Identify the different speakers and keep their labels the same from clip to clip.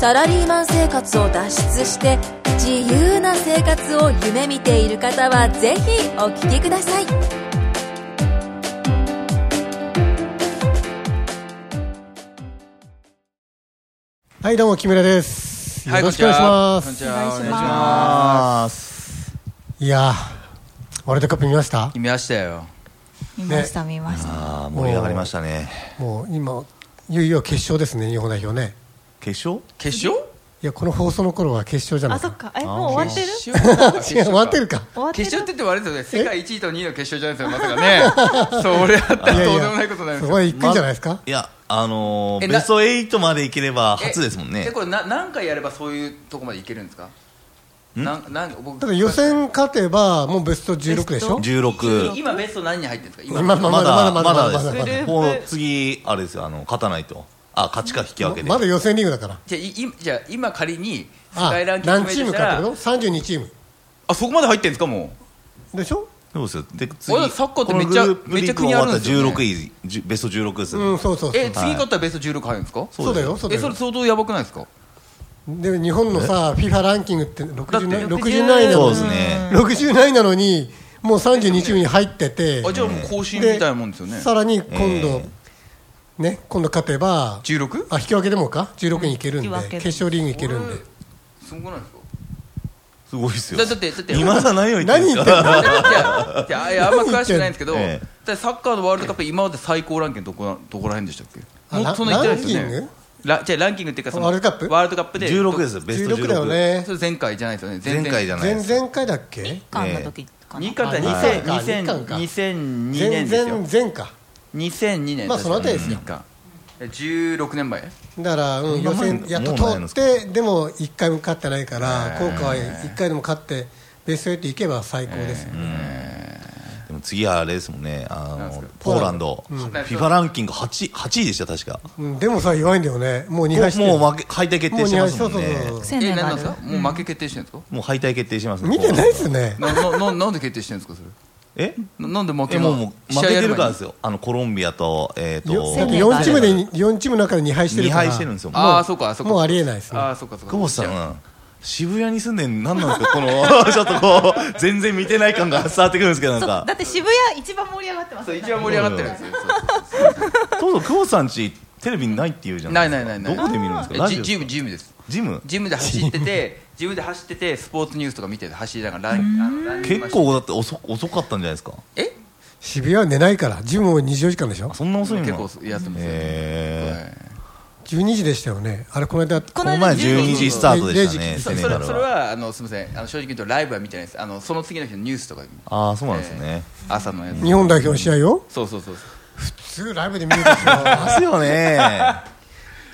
Speaker 1: サラリーマン生活を脱出して自由な生活を夢見ている方はぜひお聞きください
Speaker 2: はい、どうも木村です。
Speaker 3: はい
Speaker 2: よろしくお願いします。
Speaker 3: こんにちは
Speaker 4: お願いします
Speaker 3: お願いしま
Speaker 2: いやー、ワールドカップ見ました
Speaker 3: す。見ましたよ。
Speaker 4: 見ました、見ました。
Speaker 5: ああ盛り上がりましたね
Speaker 2: もう今、いよいよ決勝ですね、日本代表ね。
Speaker 5: 決勝
Speaker 3: 決勝？
Speaker 2: いや、この放送の頃は決勝じゃない
Speaker 4: あ、
Speaker 2: です
Speaker 4: そ
Speaker 2: か
Speaker 4: っ。か、え、もう終わってる。
Speaker 3: 決勝か
Speaker 2: 違 う、終わってる。か。
Speaker 4: 終わってる
Speaker 3: 決勝って言ってもあれですよね。世界一位と2位の決勝じゃないですよ。まさかね。 それあったらどうでもないことになり
Speaker 2: す
Speaker 3: ます
Speaker 2: ご
Speaker 3: よ。
Speaker 2: い行くんじゃないですか。
Speaker 5: いやあの
Speaker 3: え
Speaker 5: ー、
Speaker 3: な
Speaker 5: ベスト8までいければ
Speaker 3: え
Speaker 5: 初ですもんね
Speaker 3: えこれな何回やればそういうとこまでいけるんですか？なんなん僕
Speaker 2: ただ予選勝てば、もうベスト16でしょ
Speaker 4: ベス
Speaker 5: 16
Speaker 3: 今ベスト何に入ってるんですか？
Speaker 2: まあ
Speaker 3: 今
Speaker 2: まあまあまだまだ
Speaker 5: ま
Speaker 2: ま
Speaker 5: だ
Speaker 2: だまだ
Speaker 5: で
Speaker 2: まだ
Speaker 4: グルー
Speaker 5: す
Speaker 4: プ
Speaker 5: もう次あれですよあの勝たないとあ勝ちか引き分けで
Speaker 2: まだ予選リーグだから。
Speaker 3: じゃあいいじゃあ今仮に世
Speaker 2: あ
Speaker 3: 界ランキング
Speaker 2: 何
Speaker 3: 決
Speaker 2: チー
Speaker 3: め
Speaker 2: ム
Speaker 3: た
Speaker 2: かっ
Speaker 3: ら
Speaker 2: てこと ?32 チーム。
Speaker 3: あそこまで入ってんですかも
Speaker 2: でしょ
Speaker 5: そうですよで
Speaker 3: まだ
Speaker 5: 次
Speaker 3: サッカーってめっちゃ
Speaker 5: このグループ
Speaker 3: めっちゃ国
Speaker 5: リーグ終
Speaker 3: あ
Speaker 5: わ
Speaker 3: るん
Speaker 5: っ
Speaker 3: ですよね
Speaker 5: たら16位じゅベスト16ですよね、
Speaker 2: うん、そうそう
Speaker 3: う。
Speaker 2: そう
Speaker 3: え。次勝ったらベスト16入るんですか？
Speaker 2: そうだよ、そうだ
Speaker 3: えそれ
Speaker 2: よ。
Speaker 3: 相当やばくないですか？
Speaker 2: で、日本のさ、FIFA ランキングって60
Speaker 3: だっ
Speaker 2: 何
Speaker 3: て
Speaker 2: 60何位な
Speaker 5: そ
Speaker 2: の
Speaker 5: うで
Speaker 2: に
Speaker 5: すね、
Speaker 2: 67位なのに、もう32チームに入ってて。
Speaker 3: あじゃあもう更新みたいなもんですよね。
Speaker 2: さらに今度、ね、今度勝てば、
Speaker 3: 16？
Speaker 2: あ引き分けでもか、16に行けるんで、
Speaker 4: 引き分けで
Speaker 2: 決勝リーグ行けるんで、
Speaker 3: すごくないですか？
Speaker 5: すごいですよ
Speaker 3: だだってだって
Speaker 5: 今さ何を言ってるんで
Speaker 2: 何言っ
Speaker 5: す
Speaker 2: てん
Speaker 5: か
Speaker 3: いやいやあんま詳しくないんですけど、
Speaker 5: ええ
Speaker 3: でサッカーのワールドカップ、今まで最高ランキングどこらどこら辺でしたっけ、
Speaker 2: あ
Speaker 3: も
Speaker 2: ラ
Speaker 3: うそんな言ってないです
Speaker 2: ラ
Speaker 3: よ
Speaker 2: ンキン
Speaker 3: ね
Speaker 2: グ、
Speaker 3: ラじゃあランキングっていうかその、
Speaker 2: ワールドカップ
Speaker 3: ワールドカップ で
Speaker 5: 16ですすよ ベスト
Speaker 2: 16だよね
Speaker 3: そ、れ前回じゃないですよね、
Speaker 5: 前回じ
Speaker 3: ゃ
Speaker 5: ゃない
Speaker 2: 前
Speaker 5: です
Speaker 2: 々回だっけ、
Speaker 4: 間の時かな
Speaker 3: 2。回だ
Speaker 2: あ二回か二回
Speaker 3: 2000
Speaker 2: か
Speaker 3: 2002
Speaker 2: 前
Speaker 3: 年ですよ
Speaker 2: 々、、前か、
Speaker 3: 2002年
Speaker 2: まあその後ですよ
Speaker 3: 日韓え16年前、
Speaker 2: だから、うん、
Speaker 5: 今
Speaker 2: 予
Speaker 5: まで
Speaker 2: 選、やっと
Speaker 5: もうない
Speaker 2: 通
Speaker 5: の
Speaker 2: って、でも1回も勝ってないから、
Speaker 3: え
Speaker 2: 今回は1回でも勝って、ベスト8行けば最高ですよね、
Speaker 5: でも次はあれですもんねあ
Speaker 3: なんです
Speaker 5: の
Speaker 3: か
Speaker 5: ポーランド、
Speaker 3: ん
Speaker 5: FIFA ランキング 8, 8位でした確か
Speaker 2: うんでもさ、弱いんだよね、もう2敗してる
Speaker 5: もうもう負け敗退決定してますもん
Speaker 2: もう二
Speaker 5: ね
Speaker 2: 敗そうそうそ
Speaker 4: セ
Speaker 3: え
Speaker 4: ネ
Speaker 3: 何
Speaker 4: ガ
Speaker 3: なん
Speaker 4: ル
Speaker 3: ですか、もう負け決定してるんですか、
Speaker 5: もう敗退決定してます
Speaker 2: う
Speaker 5: ね
Speaker 2: 見てないですね、
Speaker 3: ななななんで決定してるんですか、それ、
Speaker 5: え
Speaker 3: ななんで負け
Speaker 5: え
Speaker 3: な
Speaker 5: もうもう負けてるからです
Speaker 3: よ、
Speaker 5: よ、あのコロンビアと,、えー、
Speaker 2: よだっ
Speaker 5: と
Speaker 2: て4チームで4チームの中で2敗してる
Speaker 5: 2
Speaker 2: から、
Speaker 5: 敗してるんですよ、
Speaker 3: ああ、そうか、そうか、
Speaker 2: もうありえないですね
Speaker 3: ああ、そうか、そうか、
Speaker 5: 久保田さん、渋谷に住んでんの、なんなんですか、この ちょっとこう、全然見てない感が伝わってくるんですけど、なん
Speaker 4: そうだ
Speaker 5: か、
Speaker 4: って渋谷一番盛り上がってます
Speaker 3: そう
Speaker 4: よ。
Speaker 3: 一番盛り上がってるんですよ。そうそうそう
Speaker 5: そうそう、久保田さんち、テレビないって言うじゃないですか、
Speaker 3: ないないないない
Speaker 5: どこで見るんですか、
Speaker 3: え
Speaker 5: ラジ
Speaker 3: ジ
Speaker 5: オ
Speaker 3: ジムジムです
Speaker 5: ジム、
Speaker 3: ジムで走っててジムで走っててスポーツニュースとか見てて走りながらランあのランニング
Speaker 5: 結構だって遅遅かったんじゃないですか、
Speaker 3: え
Speaker 2: 渋谷は寝ないから、ジムも24時間でしょ、
Speaker 5: そんな遅いの
Speaker 3: 結構やってますよ
Speaker 5: え
Speaker 2: 12時でしたよね、あれ、この間、
Speaker 5: ー、
Speaker 4: こ
Speaker 5: この前12時スタートでし
Speaker 2: 0
Speaker 5: たね、
Speaker 2: 時
Speaker 3: そ
Speaker 5: セ
Speaker 3: そ
Speaker 5: ネ
Speaker 3: れ
Speaker 5: ガ
Speaker 3: そ
Speaker 5: ル
Speaker 3: れ
Speaker 5: は。
Speaker 3: はあのすみませんあの正直言うとライブは見てないですあのその次の日のニュースとか
Speaker 5: ああ、そうなんですね。
Speaker 3: 朝のやつ
Speaker 2: 日本代表の試合を
Speaker 3: そうそうそうそう
Speaker 2: すぐライブで見るでしょ
Speaker 5: ですよね。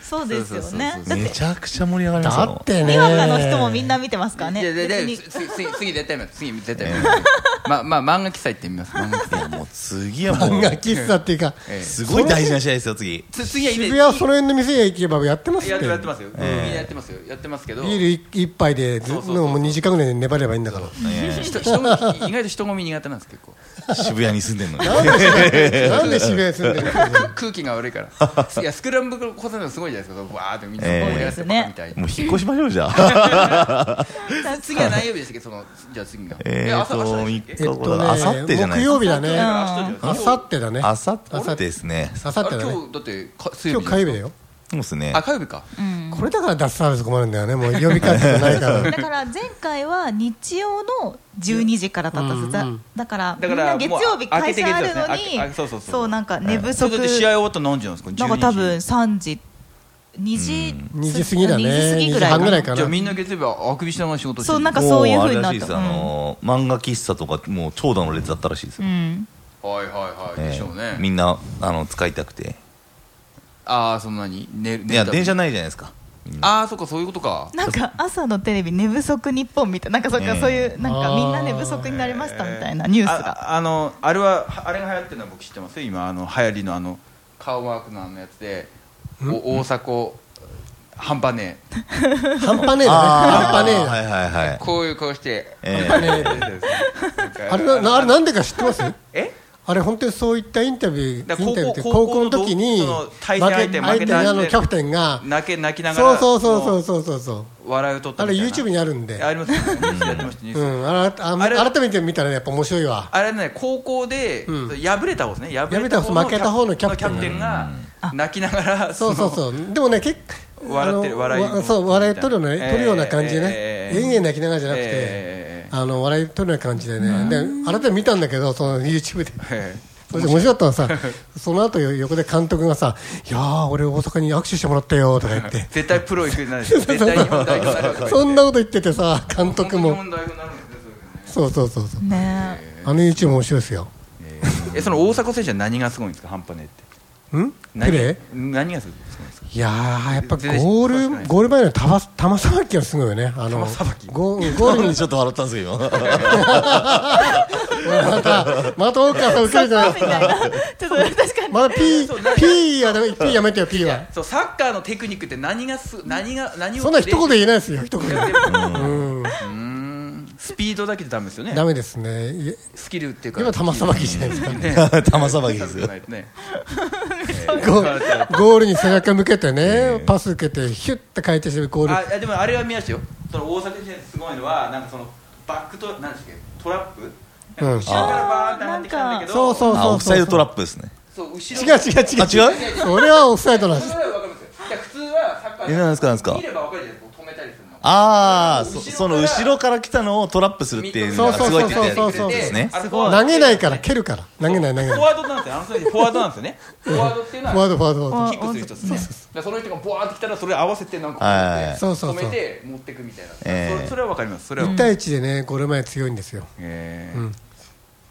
Speaker 4: そうですよね。だっ
Speaker 5: め
Speaker 4: て
Speaker 5: ちゃくちゃ盛り上がりま す
Speaker 2: だ
Speaker 5: よ。
Speaker 2: ってね
Speaker 4: にわかの人もみんな見てますから
Speaker 3: いや
Speaker 4: ね。
Speaker 3: で
Speaker 4: 別
Speaker 3: で
Speaker 4: に
Speaker 3: すす次絶対見ます次絶対見ますままあ漫画記載って見ます漫画記
Speaker 5: い
Speaker 3: 載
Speaker 5: やもう次はも
Speaker 2: 漫画
Speaker 5: う
Speaker 2: 喫茶っていうか、
Speaker 3: ええ
Speaker 5: すごい大事な試合ですよ次
Speaker 3: つ次はいい
Speaker 2: 渋谷
Speaker 3: で
Speaker 2: はその辺の店へ行けばやってますって
Speaker 3: やってやってますよみんなやってますよやってますけど
Speaker 2: ビール一杯でず
Speaker 3: そうそうそう
Speaker 2: のもう2時間ぐらいで粘ればいいんだから
Speaker 3: 人人混み意外と人混み苦手なんです結構
Speaker 5: 渋谷に住んでるのに
Speaker 2: なんで渋谷に住んでるの
Speaker 3: 空気が悪い からいやスクランブル交差点すごいじゃないですかわーってみんな盛り上がってバーみたいな、
Speaker 5: もう引っ越しましょうじゃあ
Speaker 3: 次は何曜日でしたっけそのじゃあ次が、
Speaker 5: え
Speaker 3: え
Speaker 5: ー
Speaker 3: 朝
Speaker 5: と
Speaker 3: 朝
Speaker 2: えっと
Speaker 3: でしたっけ
Speaker 5: 3日後だあさってじゃ
Speaker 2: ね
Speaker 5: ない
Speaker 2: 木
Speaker 5: です
Speaker 2: 曜日
Speaker 5: か
Speaker 2: だね
Speaker 3: あ
Speaker 2: あさってだね
Speaker 5: あさってですね
Speaker 2: あさってだね
Speaker 3: 今日だってか水曜
Speaker 2: 今
Speaker 3: 日
Speaker 2: 日
Speaker 3: じゃ
Speaker 2: 火
Speaker 3: な
Speaker 2: 曜日
Speaker 3: いで
Speaker 2: だ
Speaker 3: す
Speaker 2: よ
Speaker 3: か
Speaker 5: そうですね
Speaker 3: あ火曜日か、
Speaker 2: これだから脱サービス困るんだよねもう呼びかけてないから
Speaker 4: だから前回は日曜の12時からだったんですだだからみ
Speaker 3: だ
Speaker 4: ん
Speaker 3: から
Speaker 4: な月曜日会社ある
Speaker 3: もう
Speaker 4: の
Speaker 3: 明けて月曜ですねああそうそう
Speaker 4: に
Speaker 3: そう
Speaker 4: そうなんか寝不
Speaker 3: それだって試合終
Speaker 4: 足
Speaker 3: わったの何時なんですか
Speaker 4: なんか
Speaker 3: 12
Speaker 4: 多分3時2時
Speaker 2: 2時過ぎだね
Speaker 4: 2時過ぎ
Speaker 2: 2
Speaker 4: ぐ
Speaker 2: 時
Speaker 4: らい
Speaker 2: 半ぐらいか
Speaker 3: じゃあ
Speaker 2: な
Speaker 3: みんな月曜日はあくびしながら仕事してる
Speaker 4: そうなんか
Speaker 5: も
Speaker 4: そういうふうに
Speaker 5: あ
Speaker 4: なっ
Speaker 5: れらし
Speaker 4: た
Speaker 5: いですあのー漫画喫茶とかもう長蛇の列だったらしいですよ
Speaker 4: うん
Speaker 3: はいはいはい、
Speaker 5: え
Speaker 3: でしょう
Speaker 5: ー
Speaker 3: ね
Speaker 5: みんなあの使いたくて
Speaker 3: ああそんなに寝る
Speaker 5: いや電車
Speaker 3: ない
Speaker 5: ないじゃないですか
Speaker 3: ああそっかそういうことか
Speaker 4: なんか朝のテレビ寝不足日本みたいななんかそっか
Speaker 5: うん
Speaker 4: そういうなんかみんな寝不足になりましたみたいなニュースが
Speaker 3: ああのあれはあれが流行ってるのは僕知ってますよ今あの流行りのあの顔マークのあのやつでお大迫半端ねえ
Speaker 2: 半端ねえだね半端ねえ
Speaker 5: はいはいはい
Speaker 3: こういう顔して
Speaker 5: え
Speaker 2: 半端ねえだあれななあれなんでか知ってます
Speaker 3: え
Speaker 2: あれ本当にそういったインタビュ
Speaker 3: だ
Speaker 2: ー
Speaker 3: から
Speaker 2: イ
Speaker 3: 高校
Speaker 2: ンタビューって高校の
Speaker 3: 高校の
Speaker 2: 時に
Speaker 3: 同期の対戦相手負けた
Speaker 2: あのキャプテンが
Speaker 3: 泣け泣きなが
Speaker 2: そう
Speaker 3: ら
Speaker 2: そうそうそうそうそう
Speaker 3: う笑いを取った
Speaker 2: あ
Speaker 3: みた
Speaker 2: れ
Speaker 3: いな
Speaker 2: YouTube にあるんで
Speaker 3: ありますよねニュースでやってましたニュース
Speaker 2: う
Speaker 3: で
Speaker 2: んあらあ
Speaker 3: あれ
Speaker 2: 改めて見たらやっぱ面白いわ
Speaker 3: あれね高校で、
Speaker 2: う
Speaker 3: 敗れた方ですね敗
Speaker 2: 敗れた方負けた方のキャプテン
Speaker 3: が泣きながら
Speaker 2: そうそう
Speaker 3: う
Speaker 2: そうでもね結構
Speaker 3: 笑ってる
Speaker 2: あの
Speaker 3: 笑い
Speaker 2: わそう笑い取るよう
Speaker 3: え
Speaker 2: な
Speaker 3: え
Speaker 2: 取るような感じでね
Speaker 3: ええ
Speaker 2: えんえん泣きながらじゃなくて
Speaker 3: え
Speaker 2: あの笑い取るような感じでねで改めて見たんだけどその YouTube で
Speaker 3: ーえ
Speaker 2: それで面白かったのはさその後よ横で監督がさ「いやー俺大阪に握手してもらったよ」とか言って
Speaker 3: ー絶対プロ行くんないですよ絶対日本代表になるとか言って
Speaker 2: そんなこと言っててさ監督
Speaker 3: 日
Speaker 2: も
Speaker 3: 本代表になるんですねそういう
Speaker 2: そ
Speaker 3: のね
Speaker 2: うそうそうそう
Speaker 4: ね
Speaker 2: あの YouTube 面白いですよ
Speaker 3: えその大迫選手は何がすごいんですか半端ね
Speaker 2: ん
Speaker 3: えって
Speaker 2: プレー
Speaker 3: 何何がすごいんですか
Speaker 2: いやーやっぱ
Speaker 3: 全然
Speaker 2: ゴ
Speaker 3: 詳し
Speaker 2: ー
Speaker 3: くない
Speaker 2: ルゴール前の球す球さばきがすごいよねあの
Speaker 3: 球さばき
Speaker 2: ゴーゴール
Speaker 5: な
Speaker 2: に
Speaker 5: んで ちょっと笑ったんですけど今
Speaker 2: またまた大川さん受けるじゃないです
Speaker 4: みたい
Speaker 2: か
Speaker 4: なちょっと確かに
Speaker 2: まだ P, P はダメ P やめてよ P は
Speaker 3: そうサッカーのテクニックって何がす何が何を
Speaker 2: そんな一言言えないですよ一言うん
Speaker 3: うんスピードだけでダメですよね
Speaker 2: ダメですねい
Speaker 3: スキルっていうか
Speaker 2: 今球さばきじゃないですか
Speaker 3: ね
Speaker 5: 玉さばきで すよ
Speaker 3: ないとね
Speaker 2: ゴーゴールに背中向けてねパス受けてヒュッと回転してゴール
Speaker 3: あいやでもあれは見ましたよその大阪選手すごいのはなんかそのバックトなんですけトラップ
Speaker 2: うん
Speaker 3: 後ろからバーンって入ってきたんだけど
Speaker 2: そうそう
Speaker 5: あ
Speaker 2: そ
Speaker 5: オ
Speaker 2: う
Speaker 5: フサイ
Speaker 2: そ
Speaker 5: ド
Speaker 2: う
Speaker 5: トラップですね
Speaker 3: そう後
Speaker 2: 違う違
Speaker 3: ろ
Speaker 2: う違う
Speaker 5: あ違う
Speaker 2: それはオフサイドなんで
Speaker 3: そ
Speaker 2: す
Speaker 3: れはわかるんですよいや普通はサッカー
Speaker 5: えなんですかなんですか
Speaker 3: 見ればわかるじゃないですか止めたりするの
Speaker 5: ああそ
Speaker 3: 後ろから
Speaker 5: その後ろから来たのをトラップするっていうのがすごいって言ってたやつですね
Speaker 3: す
Speaker 4: ご
Speaker 2: 投げないから蹴るから投げない投げ
Speaker 3: フ
Speaker 2: ない
Speaker 3: ォワードなんですよあの人フォワードなんですよねフォワードっていうの
Speaker 2: フォワー
Speaker 3: は
Speaker 2: ドフォワードフォワー
Speaker 3: キックする人ですねだからその人がボワーってきたらそれ合わせてなんか
Speaker 5: はい
Speaker 3: こ
Speaker 2: そうそうそう
Speaker 3: 止めて持ってくみたいな
Speaker 5: ええ
Speaker 3: そそれはわかりますそれ
Speaker 2: ド
Speaker 3: は
Speaker 2: 1対1でねゴール前強いんですよ
Speaker 3: えー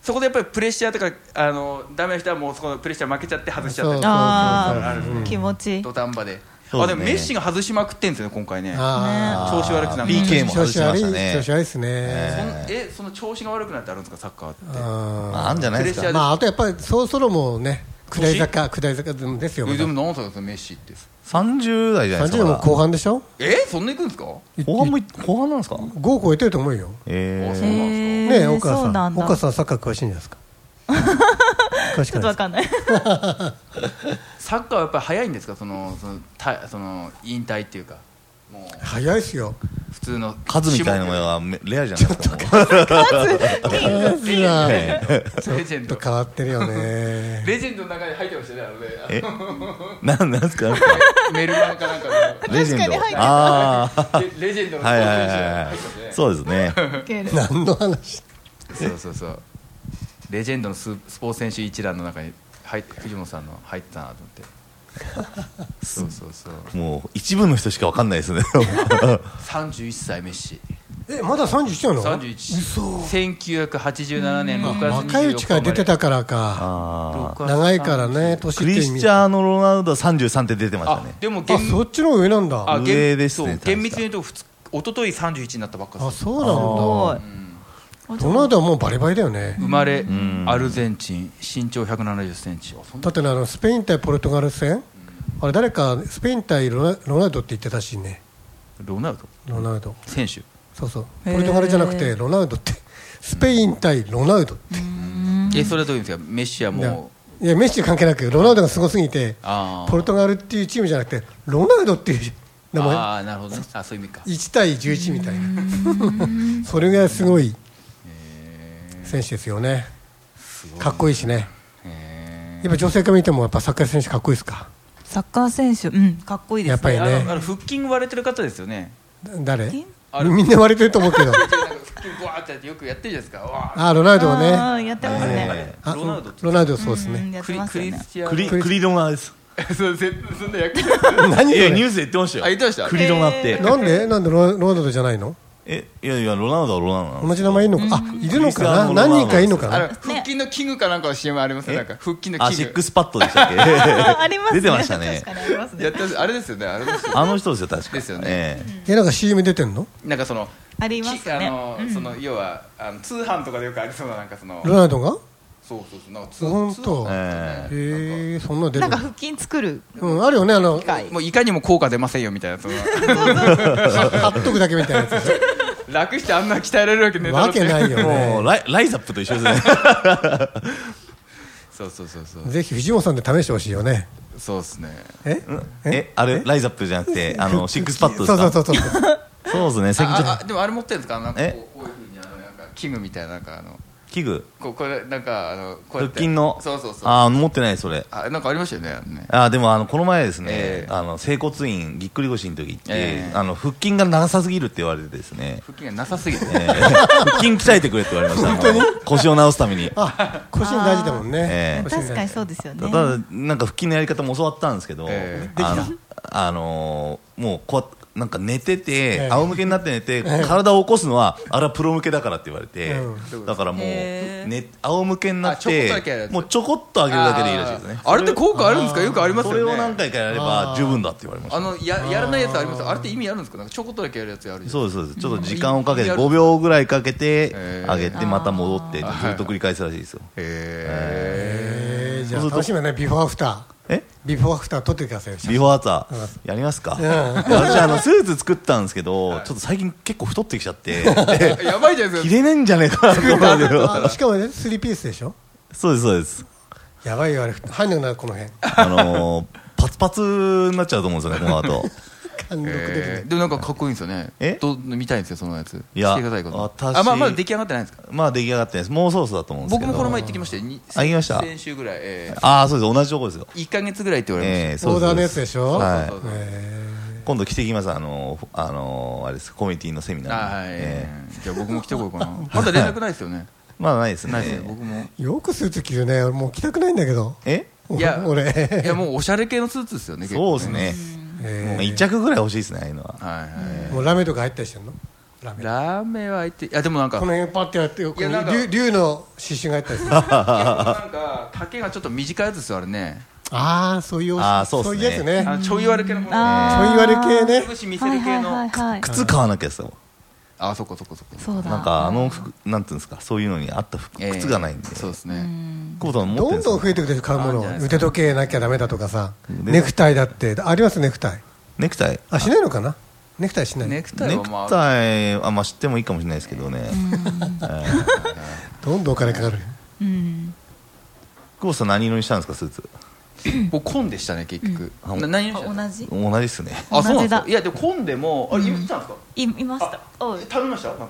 Speaker 3: そこでやっぱりプレッシャーとかあのダメな人はもうそこのプレッシャー負けちゃって外しちゃったり
Speaker 4: あ
Speaker 3: そうそう
Speaker 4: あ気持ちいい
Speaker 3: 土壇場で
Speaker 5: そう
Speaker 3: あ
Speaker 5: で
Speaker 3: です
Speaker 5: ね
Speaker 3: もメッシが外しまくってんですよね今回ね
Speaker 2: あ
Speaker 3: 調子悪くな
Speaker 5: あー
Speaker 3: る
Speaker 5: PK も
Speaker 2: 調
Speaker 5: 外
Speaker 2: 子
Speaker 5: しま
Speaker 2: 悪い
Speaker 5: したね
Speaker 2: 調子悪いですね
Speaker 3: そんえその調子が悪くなってあるんですかサッカーって
Speaker 2: あ
Speaker 5: まああんじゃないです
Speaker 3: プレッシャー
Speaker 5: か
Speaker 2: ーまああとやっぱりそろそろもうね下り坂下り坂ですよ
Speaker 3: え
Speaker 2: ま
Speaker 3: で
Speaker 2: だ
Speaker 3: も何歳ですかメッシって
Speaker 5: 30代じゃないで
Speaker 2: 30
Speaker 5: すか
Speaker 2: も
Speaker 5: まだ
Speaker 2: 後半でしょ
Speaker 3: えそんなに行くんですか
Speaker 5: 後半もい後半なんですか
Speaker 2: 5を超えてると思うよ
Speaker 5: え
Speaker 3: あ
Speaker 5: え
Speaker 3: そうなんですか
Speaker 4: へー
Speaker 2: ねえ岡
Speaker 4: そう
Speaker 2: さ
Speaker 4: なんんだ
Speaker 2: 岡さんサッカー詳しいんじゃないですか詳し
Speaker 4: ちょ
Speaker 2: く
Speaker 4: っと
Speaker 2: ない
Speaker 4: わ
Speaker 2: ですか
Speaker 4: かんない
Speaker 3: サッカーはやっぱり早いんですかそのそのたその引退っていうかもう
Speaker 2: 早いですよ
Speaker 3: 普通の
Speaker 5: 数みたいなもの
Speaker 3: が
Speaker 5: がめレアじゃないですかも
Speaker 2: 数が
Speaker 3: レジェ
Speaker 2: ち
Speaker 3: ン
Speaker 2: ょ
Speaker 3: ド
Speaker 2: っと変わってるよね
Speaker 3: レジェンドの中に入ってましたねあのね
Speaker 5: う えなんなんですか
Speaker 3: メルマンかなんかで
Speaker 5: レジェン
Speaker 4: 確かに入っ
Speaker 5: ド
Speaker 4: てた
Speaker 5: ああ
Speaker 3: レレジェンドの
Speaker 5: はいはいはい
Speaker 3: 入
Speaker 5: は
Speaker 3: ってましたね
Speaker 5: いそうですね
Speaker 2: 何の話
Speaker 3: そうそうそうレジェンドのススポーツ選手一覧の中に入って藤本さんの入ってたなと思ってそうそうそう
Speaker 5: もう一部の人しかわかんない ですね
Speaker 3: 31歳メッシ
Speaker 2: えまだ31なの
Speaker 3: 311987年6月24日
Speaker 2: 若いうちから出てたからか
Speaker 5: ああ
Speaker 2: 長いからね年って
Speaker 5: クリ
Speaker 2: 意
Speaker 5: ス
Speaker 2: 味
Speaker 5: チャーノ・ロナウドは33って出てました
Speaker 3: あ
Speaker 5: ね
Speaker 3: でも厳
Speaker 2: あそっちの方が上なんだ
Speaker 3: あ厳
Speaker 5: 上です
Speaker 3: そ
Speaker 5: ね
Speaker 3: う
Speaker 5: 確か
Speaker 3: 厳密に言うとふつ一昨日31になったばっか
Speaker 2: あ
Speaker 3: です
Speaker 2: そう
Speaker 4: す
Speaker 2: なん
Speaker 4: ごい
Speaker 2: だロナウドはもうバリバリだよね
Speaker 3: 生まれ
Speaker 5: ん
Speaker 3: アルゼンチン身長1 7 0ンチあそんな
Speaker 2: だってねあのスペイン対ポルトガル戦あれ誰かスペイン対ロナロナウドって言ってたしね
Speaker 3: ロナウド
Speaker 2: ロナウド
Speaker 3: 選手
Speaker 2: そうそう
Speaker 4: へ
Speaker 2: ポ
Speaker 4: ー
Speaker 2: ルトガルじゃなくてロナウドってスペイン対ロナウドって
Speaker 3: えそれはどういうんですかメッシはもう
Speaker 2: いやメッシ関係なくロナウドがすごすぎて
Speaker 3: あー
Speaker 2: ポルトガルっていうチームじゃなくてロナウドっていう名前
Speaker 3: ああなるほどねあそういう意味か
Speaker 2: 1対11みたいな それぐらいすごい選手ですよねかっこいいしね
Speaker 3: へ
Speaker 2: やっぱ女性から見てもやっぱサッカー選手かっこいいですか
Speaker 4: サッカー選手うんかっこいいですね
Speaker 2: やっぱり
Speaker 3: ー
Speaker 2: ね
Speaker 3: あのあの腹筋割れてる方ですよね
Speaker 2: 誰
Speaker 4: え
Speaker 3: あれ
Speaker 2: みんな割れてると思うけ ど
Speaker 3: なんか腹筋ブワーってやってよくやってるじゃないですかわー
Speaker 2: あロナウドは
Speaker 4: あー
Speaker 2: ね
Speaker 4: やってますね
Speaker 5: え
Speaker 2: あ
Speaker 3: ロナウドって
Speaker 2: ロナウドそうです
Speaker 4: うん
Speaker 2: ね
Speaker 4: やっ
Speaker 3: ク
Speaker 4: て
Speaker 3: リ
Speaker 4: ます
Speaker 3: ク
Speaker 4: よ
Speaker 3: リ
Speaker 4: ね
Speaker 3: スチア
Speaker 5: ークリ
Speaker 2: クリ
Speaker 5: クリロナです
Speaker 3: ンそうぜそんな役
Speaker 2: 何
Speaker 5: いや
Speaker 2: そ
Speaker 5: ニ
Speaker 2: れ
Speaker 5: ュースで言ってましたよ
Speaker 3: あ言ってました
Speaker 5: クリロナって
Speaker 2: なんでなんでロナロナウドじゃないの
Speaker 5: えいやいやロナウドはロナウドなんです
Speaker 2: 同じ名前いるのかあいるのか
Speaker 5: クリスティアーノ
Speaker 2: な
Speaker 5: ロナウド
Speaker 2: 何人かいるのか
Speaker 3: あの
Speaker 2: な
Speaker 3: 腹筋筋の器具かなんかの CM ありますね
Speaker 5: え
Speaker 3: なんか腹筋の
Speaker 5: あ
Speaker 3: 器
Speaker 5: シッ
Speaker 3: 具
Speaker 5: クスパッドでしたっけ
Speaker 4: あありますね
Speaker 5: 出てましたね
Speaker 4: 確かにあります
Speaker 3: やっ
Speaker 4: ね
Speaker 3: てますあれですよねあれですよ
Speaker 5: あの人ですよ確か
Speaker 3: ですよね
Speaker 5: ええ
Speaker 2: えなんか CM 出てんの
Speaker 3: なんかその
Speaker 4: あります
Speaker 3: きあ
Speaker 4: ね
Speaker 3: の、その要はあの通販とかでよくありそうななんかその
Speaker 2: ロナウドが
Speaker 3: そうそうそうなんか通
Speaker 2: 本
Speaker 3: 通
Speaker 2: 当
Speaker 3: 販ってねなんか
Speaker 2: へえそんなの出
Speaker 4: な
Speaker 2: て
Speaker 4: ん
Speaker 2: ん
Speaker 4: か
Speaker 2: の
Speaker 4: 腹筋作る
Speaker 2: うんあるよねあの
Speaker 4: 機械
Speaker 3: もういかにも効果出ませんよみたいな その
Speaker 2: 貼っとくだけみたいな やつ
Speaker 3: 楽してあんな鍛えられるわけねえだろ
Speaker 2: わ
Speaker 3: って
Speaker 2: けないよ
Speaker 5: も
Speaker 2: ね
Speaker 5: うライライザップと一緒ですね
Speaker 3: そうそうそうそう
Speaker 2: ぜひ藤本さんで試してほしいよね
Speaker 3: そうですね
Speaker 2: え
Speaker 5: えあれライザップじゃなくてあのシックスパッドです
Speaker 2: そう
Speaker 5: か
Speaker 2: そうそうそう
Speaker 5: そうですね
Speaker 3: あ
Speaker 5: 最近ちょっ
Speaker 3: あ
Speaker 5: と
Speaker 3: あでもあれ持ってるんですかなんか
Speaker 5: え
Speaker 3: こうこういうふうにあのなんか器具みたいななんかあの
Speaker 5: 器具
Speaker 3: こうこれなんかあのこうや
Speaker 5: 腹
Speaker 3: って
Speaker 5: 筋の
Speaker 3: そうそうそうあ
Speaker 5: ああ持ってないそれ
Speaker 3: なんかありましたよねあのね
Speaker 5: あーでもあのこの前ですね、
Speaker 3: ええ
Speaker 5: あの整骨院ぎっくり腰の時って、
Speaker 3: ええ
Speaker 5: あの腹筋が長さすぎるって言われてですね、
Speaker 3: 腹筋がなさすぎて
Speaker 5: ええ腹 筋鍛えてくれって言われました本当に腰を治すために
Speaker 2: あ腰に大事だもんね
Speaker 5: ええ
Speaker 2: 腰に大事
Speaker 4: 確かにそうですよね
Speaker 5: ただなんか腹筋のやり方も教わったんですけど、
Speaker 3: え
Speaker 5: あのあのーもうこうやってなんか寝てて、
Speaker 2: え
Speaker 5: 仰向けになって寝て、体を起こすのはあれはプロ向けだからって言われて、
Speaker 3: うん
Speaker 5: だからもう、
Speaker 4: へえ
Speaker 5: ね、仰向けになっ
Speaker 3: あちょこってとだけやるやつ
Speaker 5: もうちょこっと上げるだけでいいらしいですね
Speaker 3: あーあれって効果あるんですかよくありますよ
Speaker 5: そ
Speaker 3: ね
Speaker 5: れを何回かやれば十分だって言われました
Speaker 3: あのややらないやつありますあれって意味あるんですかなんかちょこっとだけやるやつあるじゃん
Speaker 5: そうですそうですちょっと時間をかけて5秒ぐらいかけて
Speaker 3: えー
Speaker 5: 上げてまた戻ってずっと繰り返すらしいですよ
Speaker 3: へ
Speaker 2: ええじゃあ
Speaker 5: そうすると
Speaker 2: 楽しみだねビフォーアフター
Speaker 5: え
Speaker 2: ビフォーアフター撮ってくださいよ
Speaker 5: ビフォーアザーやりますか私あのスーツ作ったんですけどちょっと最近結構太ってきち ゃってで
Speaker 3: えやばいじゃないです
Speaker 5: 着
Speaker 3: か
Speaker 5: れねえんじゃねえかなと思うんです よ
Speaker 2: あしかもねスリーピースでしょ
Speaker 5: そうですそうです
Speaker 2: やばいよあれ入んなくなるこの辺
Speaker 5: あのーパツパツになっちゃうと思うんですよねこの 後
Speaker 2: 貫禄的で
Speaker 3: へーでもなんかかっこいいんですよね
Speaker 5: え
Speaker 3: どう見たいんですよそのやつ
Speaker 5: いや
Speaker 3: してくださいこの
Speaker 5: 私
Speaker 3: あまあまだ出来上がってないんですか
Speaker 5: まあ出来上がってないですもうそろそろだと思うんです
Speaker 3: 僕
Speaker 5: けど
Speaker 3: もこの前行ってきましたよに
Speaker 5: あ行きました
Speaker 3: 先週ぐらいえ
Speaker 5: ああそうです同じとこですよ
Speaker 3: ー1か月ぐらいって言われました
Speaker 5: ええそう
Speaker 2: オー
Speaker 5: す
Speaker 2: ダーのやつでしょ
Speaker 5: は
Speaker 3: そ
Speaker 5: い
Speaker 3: うそうそう
Speaker 2: ええ
Speaker 5: 今度着てきますあのーあのーあれですコミュニティのセミナ
Speaker 3: あ
Speaker 5: ー
Speaker 3: はい
Speaker 5: に
Speaker 3: え
Speaker 5: ええ
Speaker 3: ーじゃあ僕も来てこよ うかなまだ連絡ないですよね
Speaker 5: まだないです
Speaker 3: ないですね
Speaker 5: ね
Speaker 3: 僕も
Speaker 2: よくスーツ着るね俺もう着たくないんだけど
Speaker 5: え
Speaker 3: いや
Speaker 2: 俺
Speaker 3: い やもうおしゃれ系のスーツですよね結
Speaker 5: そ
Speaker 3: 構
Speaker 5: うですね
Speaker 2: え
Speaker 5: もう
Speaker 2: え
Speaker 5: 一着ぐらい欲しいですねああいうのは
Speaker 3: はいはい
Speaker 2: もうラメとか入ったりしてんのラメ
Speaker 3: ラーメンは相手いやでもなんか
Speaker 2: この辺パッてやってここ
Speaker 3: いやなんか
Speaker 2: に竜竜の刺繍が入ったりする
Speaker 3: なんか丈がちょっと短いやつですよあれね
Speaker 2: ああそういうお
Speaker 5: あーそうっす
Speaker 2: そう
Speaker 5: ね
Speaker 2: いうやつね
Speaker 3: あのちょい割れ系のこの
Speaker 4: あ
Speaker 2: ちょい
Speaker 4: ー
Speaker 2: 割れ系ね
Speaker 3: 少し見せる系
Speaker 4: はいはい
Speaker 3: の
Speaker 4: はいはい
Speaker 5: 靴買わなきゃですよ
Speaker 3: あそこそこそこ
Speaker 4: そうだ
Speaker 5: なんかあの服なんていうんですかそういうのに合った服
Speaker 3: ええ
Speaker 5: 靴がないんで
Speaker 3: そうです
Speaker 4: う
Speaker 3: ね
Speaker 4: ん
Speaker 5: コートは持って
Speaker 2: ど
Speaker 5: る
Speaker 2: んどん増えて
Speaker 5: く
Speaker 2: くる買うも
Speaker 3: あるんじゃな
Speaker 2: の
Speaker 3: いですか
Speaker 2: 腕時計なきゃダメだとかさ
Speaker 5: 腕
Speaker 2: ネクタイだってありますネクタイ
Speaker 5: ネクタイ
Speaker 2: あしないのかなネクタイしない
Speaker 3: ネ
Speaker 2: の
Speaker 3: クタイ
Speaker 5: ネ
Speaker 3: は
Speaker 5: ク
Speaker 3: まあ
Speaker 5: タイはまあ知ってもいいかもしれないですけどね
Speaker 2: どんどんお金かかる
Speaker 4: うん
Speaker 5: 久保田さん何色にしたんですかスーツ
Speaker 3: 僕紺でしたね結局、
Speaker 5: うん
Speaker 3: な何
Speaker 4: あ
Speaker 3: を
Speaker 4: 同じ
Speaker 5: 同じですね
Speaker 3: あそうなんです
Speaker 4: 同じだ
Speaker 3: かいやでも紺でもあれ言ったんですか、
Speaker 4: いいましたおう
Speaker 3: え頼みましたなんか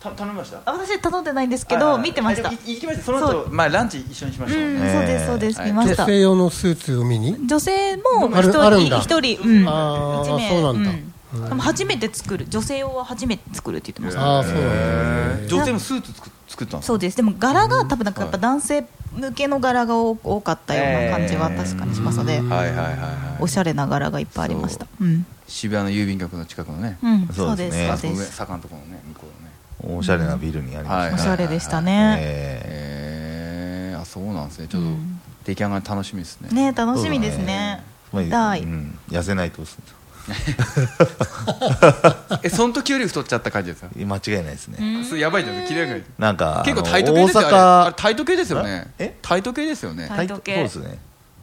Speaker 3: た頼みました
Speaker 4: あ私頼んでないんですけ
Speaker 3: あ
Speaker 4: ど
Speaker 3: あ
Speaker 4: 見てまし
Speaker 3: あ
Speaker 4: た
Speaker 3: でもい行きましたその後まあランチ一緒にしましたもん
Speaker 4: うん
Speaker 3: ね、
Speaker 5: えー
Speaker 4: そうですそうです、
Speaker 3: はい
Speaker 4: 見まし
Speaker 2: 女
Speaker 4: た
Speaker 2: 性用のスーツを見に
Speaker 4: 女性も
Speaker 2: ある
Speaker 4: 一
Speaker 2: あるんだ
Speaker 4: 人一人、うん、
Speaker 2: あー
Speaker 4: 一名
Speaker 2: そうなんだ
Speaker 4: うんでも初めて作る女性用は初めて作るって言ってました、
Speaker 2: ああそうなんだね
Speaker 3: 女性もスーツ作作ったんですか
Speaker 4: そうですでも柄が多分なんかやっぱ男性向けの柄が多多かったような感じは確かにしますの
Speaker 3: は
Speaker 4: で、
Speaker 3: いはいはいはい
Speaker 4: おしゃれな柄がいっぱいありましたうん、
Speaker 3: 渋谷の郵便局の近くのね、
Speaker 4: うん、
Speaker 5: そ
Speaker 4: そうう
Speaker 5: で
Speaker 4: ですす
Speaker 5: ね
Speaker 4: そう
Speaker 3: あ
Speaker 4: で
Speaker 3: そこ
Speaker 4: す
Speaker 3: 上左官のところのね向こうのね
Speaker 5: おしゃれなビルにありま
Speaker 3: はい
Speaker 5: し
Speaker 4: おしゃれでした
Speaker 5: た
Speaker 4: ね、
Speaker 5: え
Speaker 3: えー、あそうなんですねちょっと
Speaker 4: うん
Speaker 3: 出来上がり楽しみですね
Speaker 4: ね楽しみですね
Speaker 5: えま
Speaker 4: 痛
Speaker 5: あ
Speaker 4: い
Speaker 5: うん痩せないとですね
Speaker 3: えその時より太っちゃった感じですか
Speaker 5: 間違いないですね
Speaker 3: それやばいじゃない切れない
Speaker 5: なんか
Speaker 3: 結構
Speaker 5: あの
Speaker 3: タイト系ですよあれあれタイト系ですよ
Speaker 5: 大阪
Speaker 3: ね
Speaker 5: え
Speaker 3: タイト系ですよね
Speaker 4: タイト系
Speaker 5: そうですね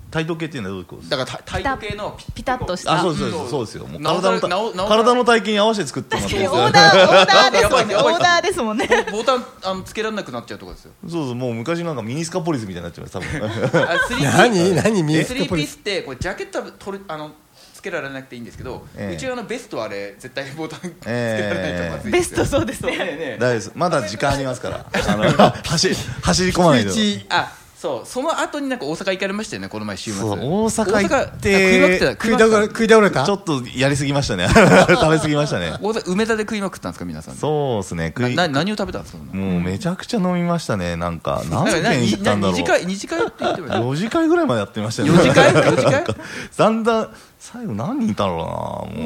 Speaker 5: タイト系っていうのはどういうことですか
Speaker 3: だからタイト系のピ
Speaker 4: ピタッとした
Speaker 5: あ、そうです、そうです、そうですよ。もう
Speaker 3: なお
Speaker 5: 体
Speaker 3: さら
Speaker 5: のた
Speaker 3: なおなおさら
Speaker 5: 体の体型に合わせて作ってもらっていいです
Speaker 4: オ
Speaker 5: よ
Speaker 4: ーダーオーダーですもんね
Speaker 3: やばいやば い
Speaker 4: オーダーですもんね
Speaker 3: ボタンあのつけられなくなっちゃうとこ ですよ
Speaker 5: そうそう、もう昔なんかミニスカポリスみたいになっちゃいます、多分。
Speaker 3: あスリーピー
Speaker 2: 何何ミニ
Speaker 3: ス
Speaker 2: ス
Speaker 3: リ
Speaker 2: カ
Speaker 3: ー
Speaker 2: ポ
Speaker 3: ピ
Speaker 2: リ
Speaker 3: ー
Speaker 2: ス
Speaker 3: スってこれジャケットは取るあのつけられなくていいんですけど、
Speaker 5: ええ
Speaker 3: うちらのベストはあれ絶対ボタンつけられないと
Speaker 5: え
Speaker 3: まず
Speaker 5: え
Speaker 3: い
Speaker 4: ベ
Speaker 3: で
Speaker 4: ス
Speaker 3: すよ
Speaker 4: トそうですね
Speaker 3: ねえねえ
Speaker 5: 大丈夫です。まだ時間ありますから。あの、 走り、走り込まないと。
Speaker 2: 11
Speaker 3: あそうその後になんか大阪行かれましたよねこの前週末
Speaker 5: そう大阪行って
Speaker 3: 大
Speaker 2: 食
Speaker 3: 阪あ食い
Speaker 2: い
Speaker 3: まく
Speaker 2: 倒
Speaker 3: ってた食い
Speaker 2: れ
Speaker 3: まくって
Speaker 2: 食い倒れた
Speaker 5: ちょっとやりすぎましたね。 食べすぎましたね
Speaker 3: た。大阪梅田で食いまくったんですか皆さん
Speaker 5: そうですね、食い、
Speaker 3: な
Speaker 5: も
Speaker 3: 何を食べたんですかそんな
Speaker 5: うめちゃくちゃ飲みましたね、なんか。何
Speaker 3: なんかな
Speaker 5: 軒行ったん
Speaker 3: な
Speaker 5: だろ
Speaker 3: 二次
Speaker 5: う。
Speaker 3: 会二次会って言ってました
Speaker 5: 4次会ぐらいまでやってましたよ
Speaker 3: 四次会四次会
Speaker 5: なんかだんだん最後何人いたろうな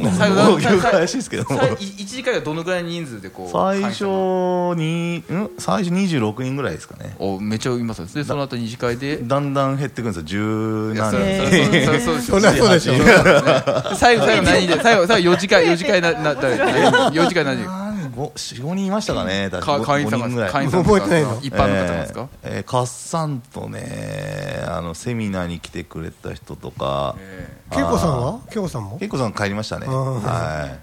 Speaker 5: もう
Speaker 3: 最後
Speaker 5: もう記憶怪しいですけど
Speaker 3: 最い一次会はどのぐらいの人数でこう
Speaker 5: 最
Speaker 3: 会社の
Speaker 5: 初にん最初26人ぐらいですかね
Speaker 3: おめっちゃいますよでその後二次会で
Speaker 5: だんだん減ってくるんですよ十
Speaker 3: いや
Speaker 5: 何
Speaker 3: そ
Speaker 5: 人
Speaker 3: れ
Speaker 4: へ
Speaker 3: そ
Speaker 4: ー
Speaker 3: れそれそうです
Speaker 2: そりゃそうでしょ
Speaker 3: 最後最後 何人で最後最後四次会四次会なな誰四次会何人
Speaker 5: 45人いましたかね確
Speaker 3: か
Speaker 5: か
Speaker 3: 会員
Speaker 5: 5
Speaker 3: 様です
Speaker 5: 人ぐら
Speaker 3: か会
Speaker 5: い
Speaker 3: 員様ですか
Speaker 2: 覚えてないの
Speaker 3: 一般の方なんですか、
Speaker 5: えーえーカッサンとねあのセミナーに来てくれた人とか
Speaker 3: ええ
Speaker 2: 恵子さんは恵子さんも
Speaker 5: 恵子さん帰りましたね
Speaker 2: あー
Speaker 5: はい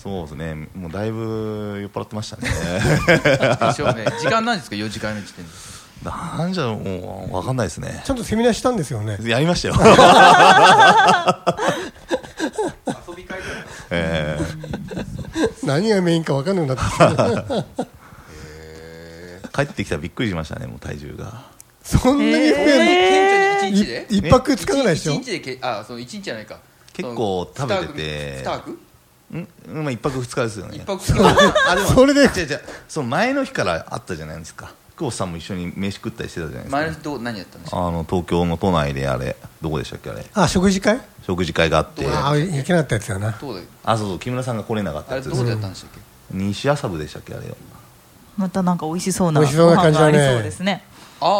Speaker 5: そうですねもうだいぶ酔っ払ってましたね
Speaker 3: で しょうね時間何時ですか四次会の時点で
Speaker 5: なんじゃもうわかんないですね
Speaker 2: ちゃんとセミナーしたんですよ ね
Speaker 5: やりました よ
Speaker 3: 遊び会じゃない
Speaker 5: え
Speaker 2: 何がメインか分かんなくなってきた
Speaker 5: ー帰ってきたらびっくりしましたねもう体重が
Speaker 2: そんなに増え
Speaker 3: 店長
Speaker 2: る
Speaker 3: に一日で
Speaker 2: い一泊つかないでしょ
Speaker 3: 一日でけあその一日じゃないか
Speaker 5: 結構食べてて
Speaker 3: 2泊
Speaker 5: ん、うんまあ、一泊二日ですよね
Speaker 3: 一泊二日
Speaker 5: あでも
Speaker 2: それで
Speaker 5: 違う違うその前の日からあったじゃないですか久保田さんも一緒に飯食ったりしてたじゃないです か
Speaker 3: 前の日どう何やったんですか
Speaker 5: あの東京の都内であれどこでしたっけあれ
Speaker 2: あ食事会
Speaker 5: 食事会があって
Speaker 2: ああ行けなかったやつやな
Speaker 3: どうだ
Speaker 5: あそうそう木村さんが来れなかった
Speaker 3: あ
Speaker 5: や
Speaker 3: れ
Speaker 5: つ
Speaker 3: どこ
Speaker 5: です
Speaker 3: でやったんでしたっけ
Speaker 5: 西麻布でしたっけあれよ
Speaker 4: またなんか美味しそうな
Speaker 2: 美味しそうな感じだね
Speaker 4: ご飯がありそうです ね
Speaker 3: あ
Speaker 5: あ
Speaker 3: あ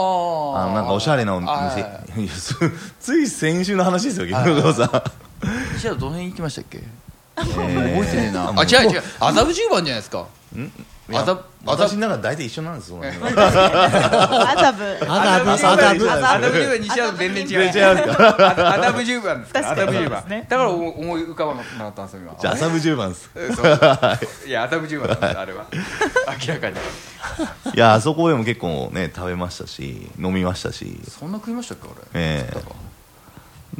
Speaker 5: のなんかおしゃれなお店
Speaker 3: はいい
Speaker 5: やすつい先週の話ですよ木
Speaker 3: はいはい
Speaker 5: 村さ
Speaker 3: 西田どの辺行きましたっけ
Speaker 5: ん覚
Speaker 3: 覚えてねえなあ違う違う麻布十番じゃないですか麻布麻
Speaker 5: 私
Speaker 3: 布
Speaker 5: の中で大体一緒なんですよ
Speaker 3: え
Speaker 2: あだあだ
Speaker 3: 麻布麻布
Speaker 4: 麻布
Speaker 3: 麻布十番西田と全然違う麻麻布十番ですから
Speaker 4: 確かに
Speaker 3: 麻布十
Speaker 4: そうですね
Speaker 3: 番だから思思い浮かばなかったんですよ今
Speaker 5: じゃあ麻布十番です
Speaker 3: うんそういや麻布十番なん ですあれは明らかに
Speaker 5: いやあそこでも結構ね食べましたし飲みましたし
Speaker 3: そんな食いましたっけ俺
Speaker 5: ええ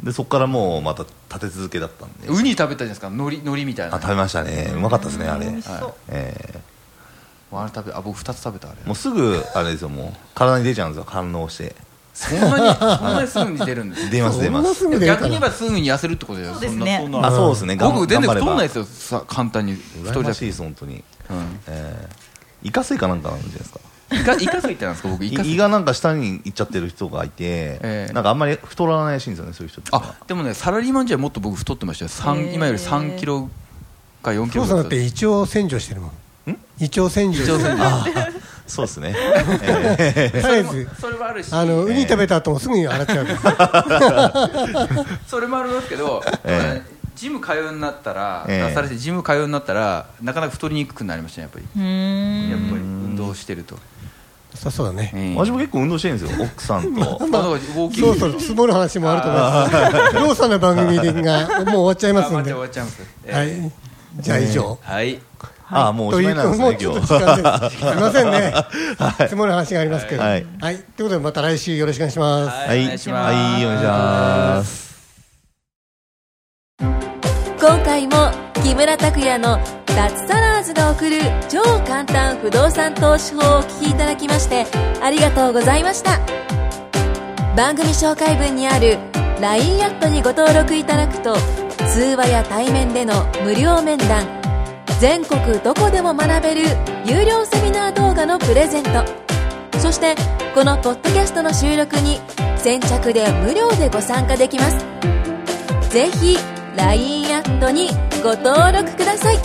Speaker 5: でそこからもうまた立て続けだったんで
Speaker 3: ウニ食べたじゃないですか海苔海苔みたいな
Speaker 5: あ食べましたねうまかったですねあれ、
Speaker 4: 美味しそう
Speaker 5: え
Speaker 3: もうあれ食べあ僕2つ食べたあれ
Speaker 5: えもうすぐあれですよもう体に出ちゃうんですよ反応して
Speaker 3: そんなにそんなにすぐに出るんです
Speaker 5: 出ます出
Speaker 2: そん
Speaker 5: ま
Speaker 2: な
Speaker 5: す
Speaker 2: すぐ出る
Speaker 3: 逆
Speaker 2: か
Speaker 3: に言え
Speaker 2: な
Speaker 3: ばすぐに痩せるってことだよ
Speaker 4: そうですね
Speaker 3: そんなそん
Speaker 5: あ
Speaker 3: な
Speaker 5: そうですねがん
Speaker 3: 僕全然
Speaker 5: 頑張れ
Speaker 3: 太
Speaker 5: ば
Speaker 3: んないですよさ簡単に一人
Speaker 5: 羨ま
Speaker 3: だ
Speaker 5: しい
Speaker 3: け
Speaker 5: です本当に、
Speaker 3: うん
Speaker 5: ええイカ水かなんかなんじゃないですか
Speaker 3: イカイカ水ってなんですか僕イカ
Speaker 5: 胃
Speaker 3: 水
Speaker 5: がなんか下に行っちゃってる人がいて、
Speaker 3: ええ
Speaker 5: なんかあんまり太らないらしいんですよねそういう人っていうのは
Speaker 3: あでもねサラリーマン時はもっと僕太ってましたよ
Speaker 4: へ
Speaker 3: 三
Speaker 4: ー
Speaker 3: 今より3キロか4キ
Speaker 2: 父
Speaker 3: ロ
Speaker 2: さんだっ
Speaker 3: い
Speaker 2: て胃腸洗浄してるもん胃腸洗浄してる
Speaker 5: そうです ね、え
Speaker 2: とりあえず
Speaker 3: それもあるし
Speaker 2: あのウニ食べた後もすぐに洗っちゃうから
Speaker 3: それもありますけど、
Speaker 5: え
Speaker 3: ジム通うようになったら、
Speaker 5: ええ
Speaker 3: 出されてジム通うようになったらなかなか太りにくくなりましたねやっぱり、
Speaker 4: うーん
Speaker 3: やっぱり運動してると、
Speaker 2: そうそうだね
Speaker 5: え
Speaker 3: ええ
Speaker 5: 私も結構運動してるんですよ奥さんと
Speaker 3: あだからウォーキン
Speaker 2: そ
Speaker 3: グ
Speaker 2: うそう積もる話もあると思いますローさんの番組がもう終わっちゃい
Speaker 3: あ
Speaker 2: ま
Speaker 3: 待
Speaker 2: すん
Speaker 3: って
Speaker 2: で
Speaker 3: 終
Speaker 2: は
Speaker 3: わっちゃいます、ええ
Speaker 2: いじゃあ以上
Speaker 3: はい
Speaker 5: ああもうお
Speaker 2: と
Speaker 5: し
Speaker 2: い
Speaker 5: ま
Speaker 2: う
Speaker 5: いなん
Speaker 2: と
Speaker 5: です
Speaker 2: もう
Speaker 5: ね
Speaker 2: ちょ
Speaker 5: 今
Speaker 2: っと
Speaker 5: 日
Speaker 2: 時間ですすいませんね積もる話がありますけどは
Speaker 5: はいい
Speaker 2: ということでまた来週よろしくお願いします
Speaker 3: は
Speaker 5: はい、
Speaker 3: い
Speaker 5: はい、お願いし
Speaker 3: お願いします
Speaker 5: ます
Speaker 1: 今回も木村拓哉の脱サラーズが送る超簡単不動産投資法をお聞きいただきましてありがとうございました番組紹介文にある LINE アットにご登録いただくと通話や対面での無料面談全国どこでも学べる有料セミナー動画のプレゼントそしてこのポッドキャストの収録に先着で無料でご参加できますぜひ LINE アットにご登録ください